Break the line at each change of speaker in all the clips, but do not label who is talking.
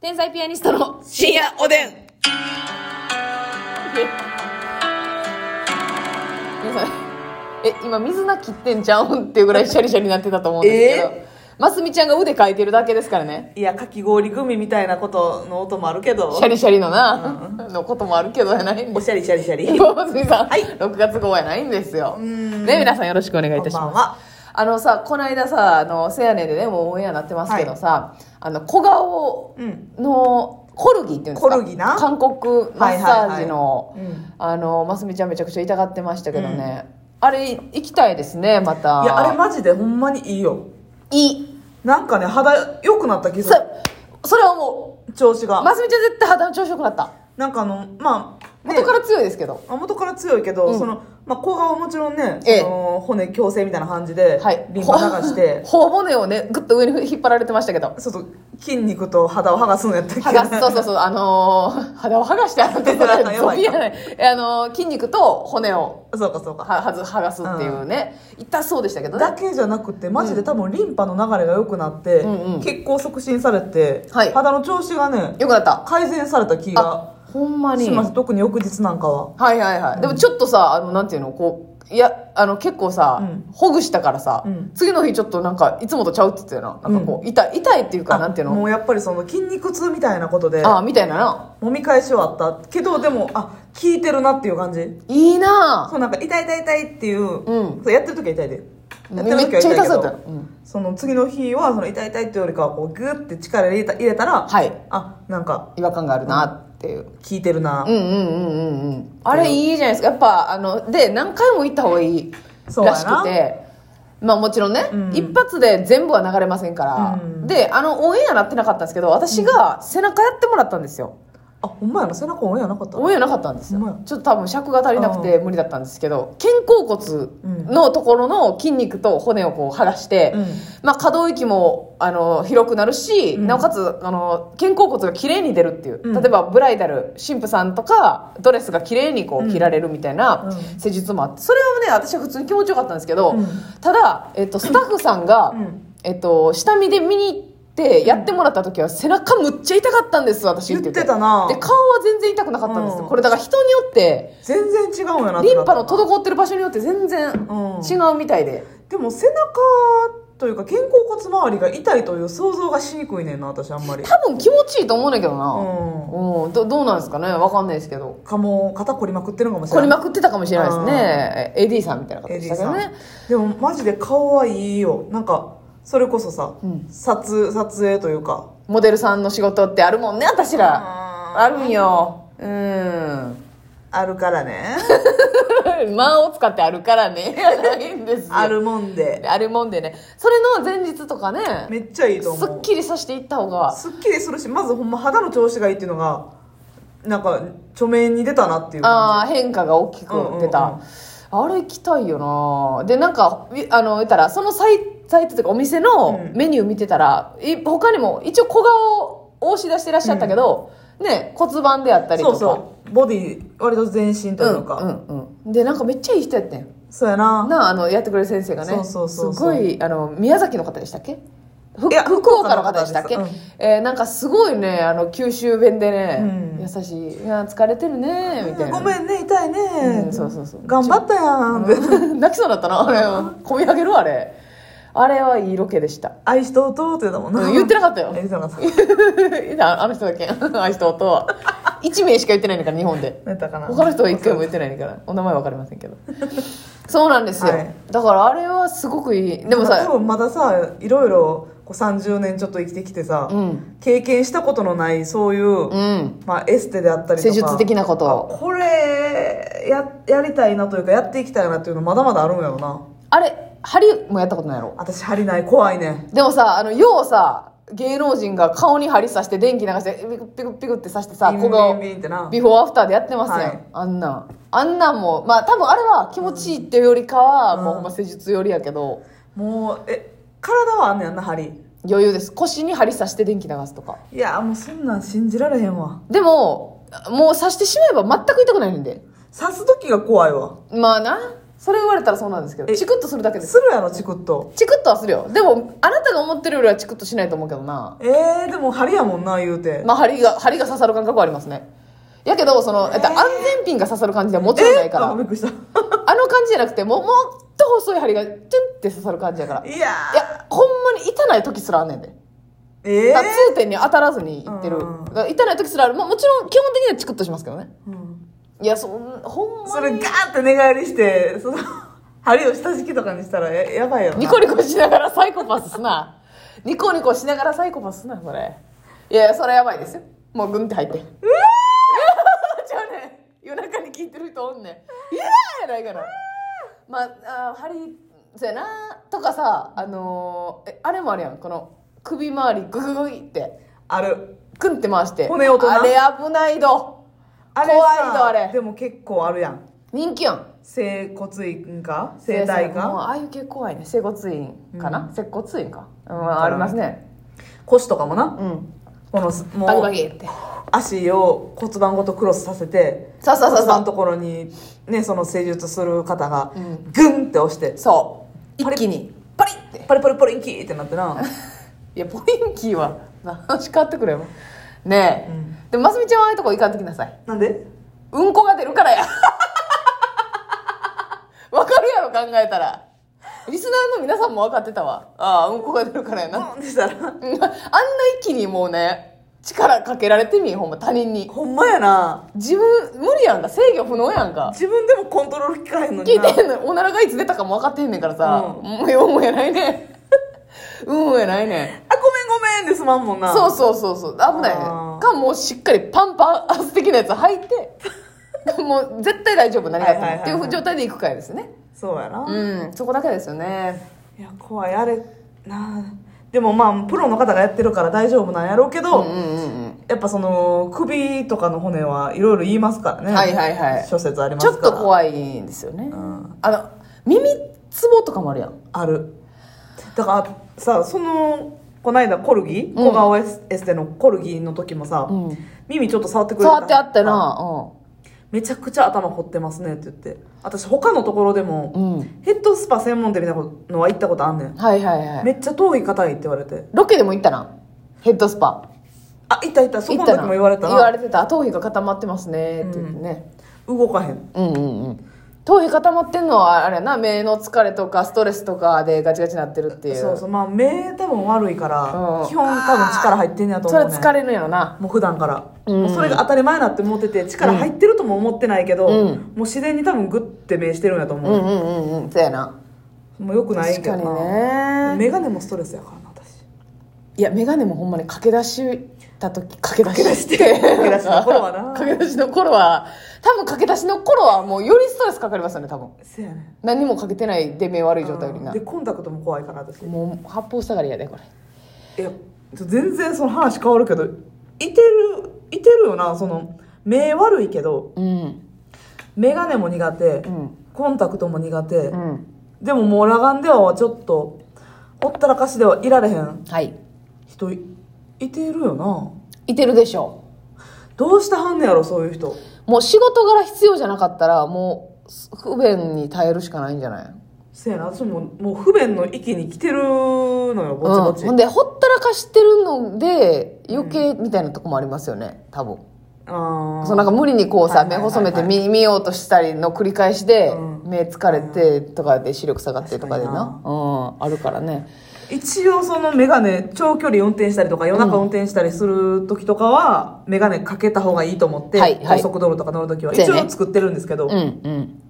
天才ピアニストの
深夜おでん
皆さんえ今水菜切ってんじゃうんっていうぐらいシャリシャリになってたと思うんですけど、ますみちゃんが腕かいてるだけですからね
いやかき氷グミみたいなことの音もあるけど
シャリシャリのな、のこともあるけどやないんで
お
す
しゃりしゃりしゃりこん
ますみさん、
はい
6月号やないんですよね皆さんよろしくお願いいたし
ば
ます
んは
あのさこの間さあのせやねんでねもうオンエアなってますけどさ、あの小顔
うん
のコルギっていうんですか
コルギな
韓国マッサージの、
はいはいはいうん
あのますみちゃんめちゃくちゃ痛がってましたけどね、あれ行きたいですねまた
いやあれマジでほんまにいいよ
いい
なんかね肌良くなった気す
そ
る
それはも
調子
う
が
ますみちゃん絶対肌の調子良くなった
なんかあのまあ、ね
元から強いですけど、
あ元から強いけど、
うん
その、まあ、後半はもちろんね、
ええ
その骨矯正みたいな感じで、
はい
リンパ流して
頬骨をねぐっと上に引っ張られてましたけど
そうそう筋肉と肌を剥がすのやったっけ
剥がすそうそうそうあのー肌を剥がしてあの
やばい
やないえあのー筋肉と骨を
そうかそうか
ははず剥がすっていうね、痛そうでしたけど
だ
ね
けじゃなくてマジで多分リンパの流れが良くなって、
うんうん
血行促進されて、
はい
肌の調子がね
よくなった
改善された気が
あほんまに
します
は
特に翌日なんかはい
はいはい、でもちょっとさあのなんていうのこういやあの結構さ、
うん
ほぐしたからさ、
うん
次の日ちょっとなんかいつもとちゃうって言ってたよななんかこう、痛い痛いっていうかなんていう
あも
の
うやっぱりその筋肉痛みたいなことで
ああみたいなな
揉み返しはあったけどでもあ効いてるなっていう感じ
いいな
そうなんか痛い痛い痛いっていう、
うん
そうやってる時は痛いでやってる
め
時
っ
は
ちゃ
痛い
痛
け
そう
ど
だったよ、うん
その次の日はその痛い痛いっていうよりかはこうグッて力入れた入れたら、
はい
あなんか
違和感があるなっていう、
効いてるな、
うんうんうんうんうんあれいいじゃないですかやっぱあので何回も行った方がいい
そうや
ら
な
しくてまあもちろんね、
うん
一発で全部は流れませんから、
うん
であのオンエアなってなかったんですけど私が背中やってもらったんですよ、
あほんまやな背中オンエアなかった
オンエアなかったんですよ、
ほんまや
ちょっと多分尺が足りなくて無理だったんですけど肩甲骨のところの筋肉と骨をこう剥がして、
うん
まあ、可動域もあの広くなるし、
ん
なおかつあの肩甲骨が綺麗に出るっていう、
うん
例えばブライダル神父さんとかドレスが綺麗にこ
うん
う着られるみたいな
うん
施術もあってそれはね私は普通に気持ちよかったんですけど、
うん
ただ、 えっと、スタッフさんが、
うん
えっと、下見で見に行って。やってもらった時は背中むっちゃ痛かったんです私
言ってたな
で顔は全然痛くなかったんですよ、
うん
これだから人によって
全然違うんやなって
リ
な
ン
っ
パ
た
の滞ってる場所によって全然
うん
違うみたいで、
でも背中というか肩甲骨周りが痛いという想像がしにくいねんな私あんまり
多分気持ちいいと思うねんだけどな、
う
うんどどうなんですかねわかんないですけど
んかもう肩こりまくってるのかもし
凝
れ
り
ない
まくってたかもしれないですねえ AD さんみたいな方でした
AD
け
さ
ど
ん、
ね
でもマジで顔はいいよなんかそれこそさ、
うん
撮撮影というか
モデルさんの仕事ってあるもんね私らあ
あ
るんようん
あるか らね
間を使ってあるからねないんですよ
あるもんで
あるもんでねそれの前日とかね
めっちゃいい
す
と思う
っきりさせていった方が
すっきりするしまずほんま肌の調子がいいっていうのがなんか著名に出たなっていう
あ
感
あ変化が大きく出た、
うんうん
あれ行きたいよなでなんかいあの言ったらそのサイサイトというかお店の
うん
メニュー見てたら、い他にも一応小顔を押し出してらっしゃったけど、ね骨盤であった
じ
りと
そ
か
うそうボディ割と全身というか、
んうんうん、でなんかめっちゃいい人やってん
そうやな
なああのやってくれる先生がね
そうそうそうそう
すごいあの宮崎の方でしたっけふ
いや
福岡の方でしたっけ、
福岡の方で
えーなんかすごいねあの九州弁でね、
うん
優しい「いや疲れてるね」みたいな
ごめんね痛いね、
うんそうそうそう
頑張ったや ん、
泣きそうだったなあれ込み上げるあれあれはいいロケでした
愛しとうとうって言ったもんな、
うん言ってなかったよ
言ってなかった
い やあの人だけあの人とは1名しか言ってないんだから日本で
何やったかな
他の人は1回も言ってないんだからお名前わかりませんけどそうなんですよ、
はい
だからあれはすごくいいでも
多
さ
分まださいろいろこう30年ちょっと生きてきてさ、
うん
経験したことのないそういう、
うん
まあ、エステであったりとか
施術的なこと
これややりたいなというかやっていきたいなっていうのまだまだあるんやろな
あれ針もやったことないやろ
私針ない怖いね
でもさあのようさ芸能人が顔に針刺して電気流してピクピクピクって刺してさ
ビ
小
ンビ
顔
ンビンってな
ビフォーアフターでやってますやん、
はい
あんなんあんなんもまあ多分あれは気持ちいいっていうよりかは、もうほんま施術よりやけど
もうえ体はあんねやんな針
余裕です腰に針刺して電気流すとか
いやもうそんなん信じられへんわ
でももう刺してしまえば全く痛くないねんで
刺す時が怖いわ
まあなそれ言われたらそうなんですけど
え
チクッとするだけです
するやろチクッと
チクッとはするよでもあなたが思ってるよりはチクッとしないと思うけどな
えー、でも針やもんな言うて、
まあ針が針が刺さる感覚はありますねやけどその、えっと、安全ピンが刺さる感じではもちろんないから、
あびっくりした
あの感じじゃなくてもうもっと細い針がチュンって刺さる感じやからい
いや
やほんまに痛ない時すらあんねんで
ーえ
だか
ー
ら痛点に当たらずにいってる、
うん
だから痛ない時すらある、まあ、もちろん基本的にはチクッとしますけどね
うん
いやそんほん
そ
まに
れガーって寝返りしてその針を下敷きとかにしたらややばいよな
ニコニコしながらサイコパスすなニコニコしながらサイコパスすなそれいやいやそれやばいですよもうグンって入ってうわー ちゃうねん夜中に聞いてる人おんねん「いやー!」やないからまああー針そうやなとかさあのーえあれもあるやんこの首周りグググいって
ある
クンって回して
骨音な
あれ危ないど
あれ
怖い
さ
ぞあれ
でも結構あるやん
人気やん
整骨院か整体
もう
か
ああいう系怖いね整骨院かな、接骨院か、うん、
ん
ありますね
腰とかもな
うん
このも
バキバ
う
キって
足を骨盤ごとクロスさせて
そうそうそう
骨
そ
盤の
う
ところにねその施術する方が
うん
グンって押して
そう
パ
一
リ
気にパリって
パリパリパリンキーってなってな
いやポリンキーは話変わってくれよねえ、
うん
でもますみちゃんはああいうとこ行かんときなさい
なんで
うんこが出るからや わかるやろ考えたらリスナーの皆さんも分かってたわああうんこが出るからやな
なんでしたら
うんあんな一気にもうね力かけられてみんほんま他人に
ほんまやな
自分無理やんか制御不能やんか
自分でもコントロール効かへんの
聞
に
い
な
てんのおならがいつ出たかも分かってんねんからさ、
う
もうよもやない ねうんもやないね
あごめんごめんですまんもんな
そうそうそうそう危ないね
あー
かもうしっかりパンパンアス的なやつ履いて もう絶対大丈夫何があっても、
はいはいはいはい
っていう状態でいくからですね
そうやな、
うんそこだけですよね
いや怖いあれなあでもまあプロの方がやってるから大丈夫なんやろうけど、
うんうん
やっぱその首とかの骨はいろいろ言いますから
う
ね
んはいはいはい
諸説ありま
ち
す
ょ
か
っ
ら
と
い、
怖いんですよね、
うん、
あの耳つぼとかもあるやん
あるだからさそのこないだコルギ小顔エスエステのコルギの時もさ、
うん
耳ちょっと触ってくれ
触ってあってな
めちゃくちゃ頭掘ってますねって言って私他のところでも、
うん、うん、
ヘッドスパ専門店みたいなのは行ったことあんねん
はいはいはい
めっちゃ遠い方いって言われて
ロケでも行ったなヘッドスパ
あ行った行ったそ
行
この
った
時
な
も言われた
言わ
な
れてた頭皮が固まってますねって言ってね、
動かへん
うん、うんうん頭皮固まってんのはあれやな目の疲れとかストレスとかでガチガチになってるっていう
そうそうまあ目多分悪いから、
うん
基本多分力入ってんねやと
それ
思う
は
ね
疲れるよな
もう普段から、
うん
もうそれが当たり前になって思ってて力入ってるとも思ってないけど、
うん
もう自然に多分グッて目してるんやと
うんう
思う、
んうんうんそうやな
もうよくないけ
確
ど
かに
な、
ね
眼鏡もストレスやからな私
いや眼鏡もほんまに駆け出した時駆け出しって
駆け出しの頃はな
駆け出しの頃は多分駆け出しの頃はもうよりストレスかかりますよね多分
せやね
何にもかけてないで目悪い状態よりな
でコンタクトも怖いから私い
もう八方下がりやでこれ
や全然その話変わるけどいてるいてるよなその目悪いけど
うん
眼鏡も苦手、
うん
コンタクトも苦手、
うん
でももう裸眼ではちょっとほったらかしではいられへん
はい
人いいてるよない
てるでしょ
どうしてはんねやろそういう人
もう仕事柄必要じゃなかったらもう不便に耐えるしかないんじゃない
せやな私ももう不便の域に来てるのよぼちぼち、
うん、ほんでほったらかしてるので余計みたいなとこもありますよね多分
あー
そうなんか無理にこう
は
さ
いはい
目
はいはい
細めて見見ようとしたりの繰り返しで
うん
目疲れてとかで視力下がってとかでな
確
うんあるからね
一応その眼鏡長距離運転したりとか夜中運転したりする時とかは眼鏡かけた方がいいと思って、
はいはい
高速道路とか乗る時は
そう
一
やね
応作ってるんですけど、
うんうん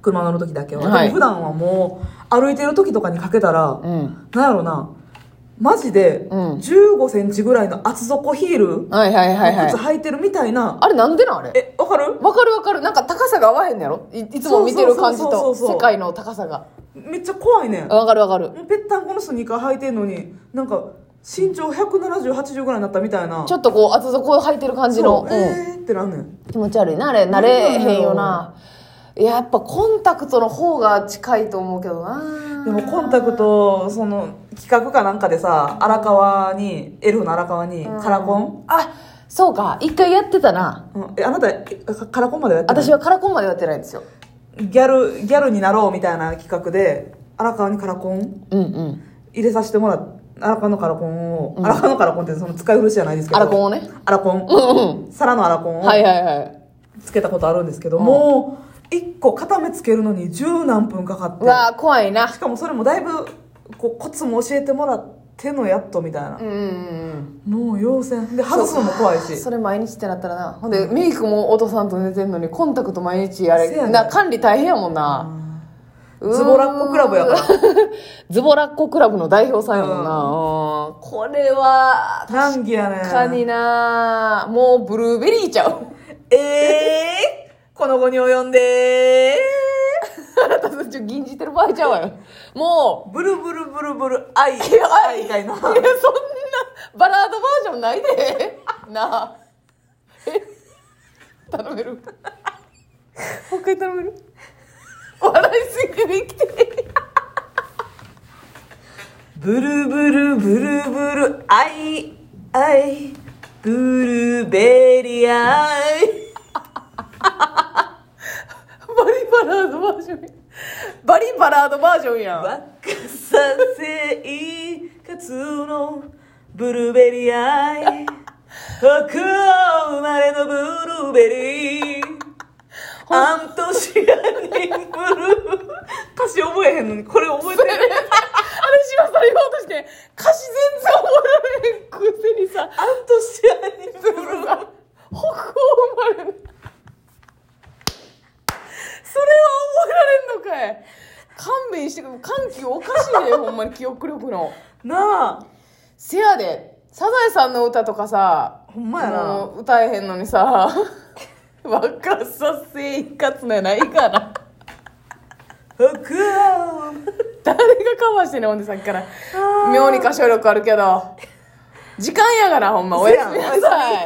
車乗る時だけは、
はい
でも普段はもう歩いてる時とかにかけたら、
うん
なんやろなマジで
うん
1 5ンチぐらいの厚底ヒールの
はいはいはい はい
靴履いてるみたいな、
あれなんでなんあれ
えわかる
わかるわかるなんか高さが合わへんのやろいいつも見てる感じ
そう
と
そうそうそうそう
世界の高さが
めっちゃ怖いねん
わかるわかる
もうぺったんこのスニーカー履いてんのになんか身長17080ぐらいになったみたいな
ちょっとこう厚底履いてる感じの、
そううんえーってなんねん
気持ち悪いなあれ慣れへんよないややっぱコンタクトの方が近いと思うけどな
でもコンタクトその企画かなんかでさ荒川にエルフの荒川にカラコン、
あそうか一回やってたな
うんえあなたえカカラコンまでやってない
私はカラコンまでやってないんですよ
ギャル、ギャルになろうみたいな企画で、荒川にカラコン
うんうん
入れさせてもらっ荒川のカラコンを、荒川のカラコンってその使い古しじゃないですけど。
アラコンをね
アラコン。
うんうん
皿のアラコンを
はいはいはい
つけたことあるんですけど、
うん
もう、一個固めつけるのに十何分かかっ
う
て。
わー怖いな
しかもそれもだいぶこうコツも教えてもらってのやっとみたいな
う、んうん
もう要戦で外すのも怖い
うん
し
それ毎日ってなったらなほんでメイクもお父さんと寝てんのにコンタクト毎日あ
せ
れ
やねん
な管理大変やもんな
うんズボラっ子クラブやから
ズボラっ子クラブの代表さんやもんな、うんこれは
難儀やねん
確かになもうブルーベリーちゃう
ええー、この後に及んで
あなたたちを吟じてる場合ちゃうわよも
ブルブルブルブル愛
や
愛以外の
ういやそんなバラードバージョンないでなあえ頼める
もう一回頼める
笑いすぎてできて
ブルブルブルブル愛愛ブルーベリー愛
バリバラードバージョンやバリバラードバージョンやん
若さ生活のブルーベリー愛北欧生まれのブルーベリーアントシアニンブルー歌詞覚えへんのにこれ覚えてる
私はそれ言おうとして歌詞全然覚えられへんくせにさ
アントシアニンブ
北欧生まれ
ルー
のそれは覚えられんのかい勘弁してくれ緩急おかしいでほんまに記憶力の
なあ
せやでサザエさんの歌とかさ
ほんまや
も
な
う歌えへんのにさ 若さ生活のやないから
北欧
誰がカバーしてんねんほんでさっきから妙に歌唱力あるけど時間やからほんまおやすみな
せや
さい